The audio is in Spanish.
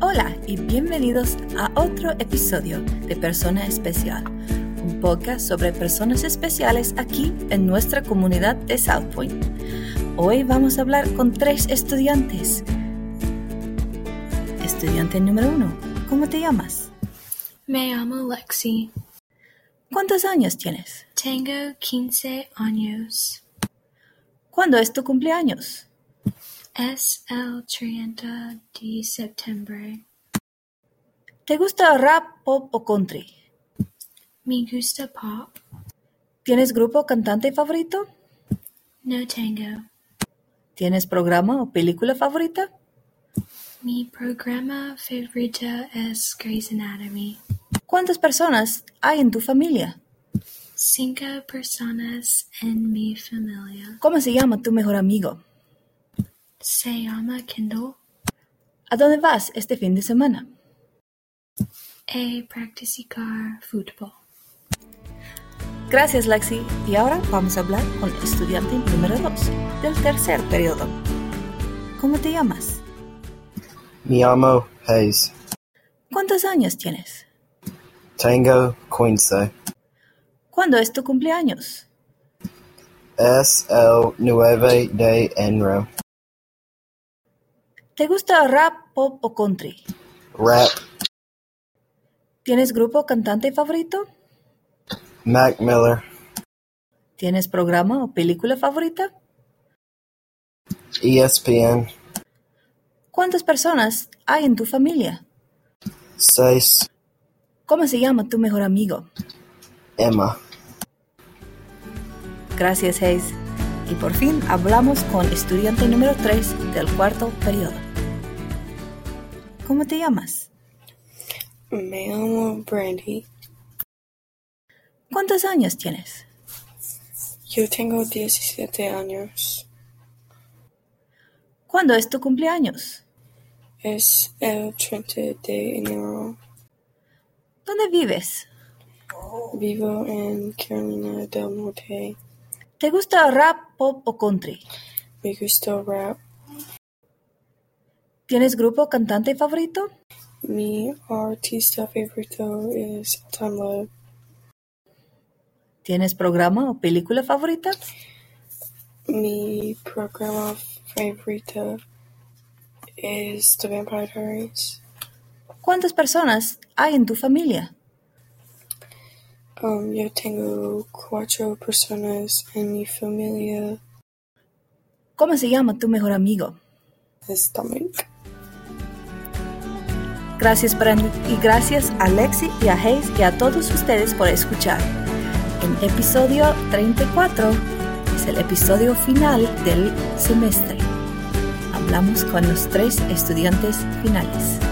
Hola y bienvenidos a otro episodio de Persona Especial, un podcast sobre personas especiales aquí en nuestra comunidad de South Point. Hoy vamos a hablar con tres estudiantes. Estudiante número uno, ¿cómo te llamas? Me llamo Lexi. ¿Cuántos años tienes? Tengo 15 años. ¿Cuándo es tu cumpleaños? Es el 30 de septiembre. ¿Te gusta rap, pop o country? Me gusta pop. ¿Tienes grupo o cantante favorito? No tengo. ¿Tienes programa o película favorita? Mi programa favorito es Grey's Anatomy. ¿Cuántas personas hay en tu familia? Cinco personas en mi familia. ¿Cómo se llama tu mejor amigo? Se llama Kendall. ¿A dónde vas este fin de semana? A practicar fútbol. Gracias, Lexi. Y ahora vamos a hablar con el estudiante número 2 del tercer periodo. ¿Cómo te llamas? Me llamo Hayes. ¿Cuántos años tienes? Tango Quince. ¿Cuándo es tu cumpleaños? Es el nueve de enero. ¿Te gusta rap, pop o country? Rap ¿Tienes grupo o cantante favorito? Mac Miller. ¿Tienes programa o película favorita? E ESPN. ¿Cuántas personas hay en tu familia? Seis. ¿Cómo se llama tu mejor amigo? Emma. Gracias, Hayes. Y por fin hablamos con estudiante número 3 del cuarto periodo. ¿Cómo te llamas? Me llamo Brandy. ¿Cuántos años tienes? Yo tengo 17 años. ¿Cuándo es tu cumpleaños? Es el 30 de enero. ¿Dónde vives? Vivo en Carolina del Norte. ¿Te gusta rap, pop o country? Me gusta rap. ¿Tienes grupo o cantante favorito? Mi artista favorito es Tom Love. ¿Tienes programa o película favorita? Mi programa favorito es The Vampire Diaries. ¿Cuántas personas hay en tu familia? Um, yo tengo cuatro personas en mi familia. ¿Cómo se llama tu mejor amigo? Es Dominic. Gracias Brandy y gracias a Lexi y a Hayes y a todos ustedes por escuchar. En episodio 34 es el episodio final del semestre. Hablamos con los tres estudiantes finales.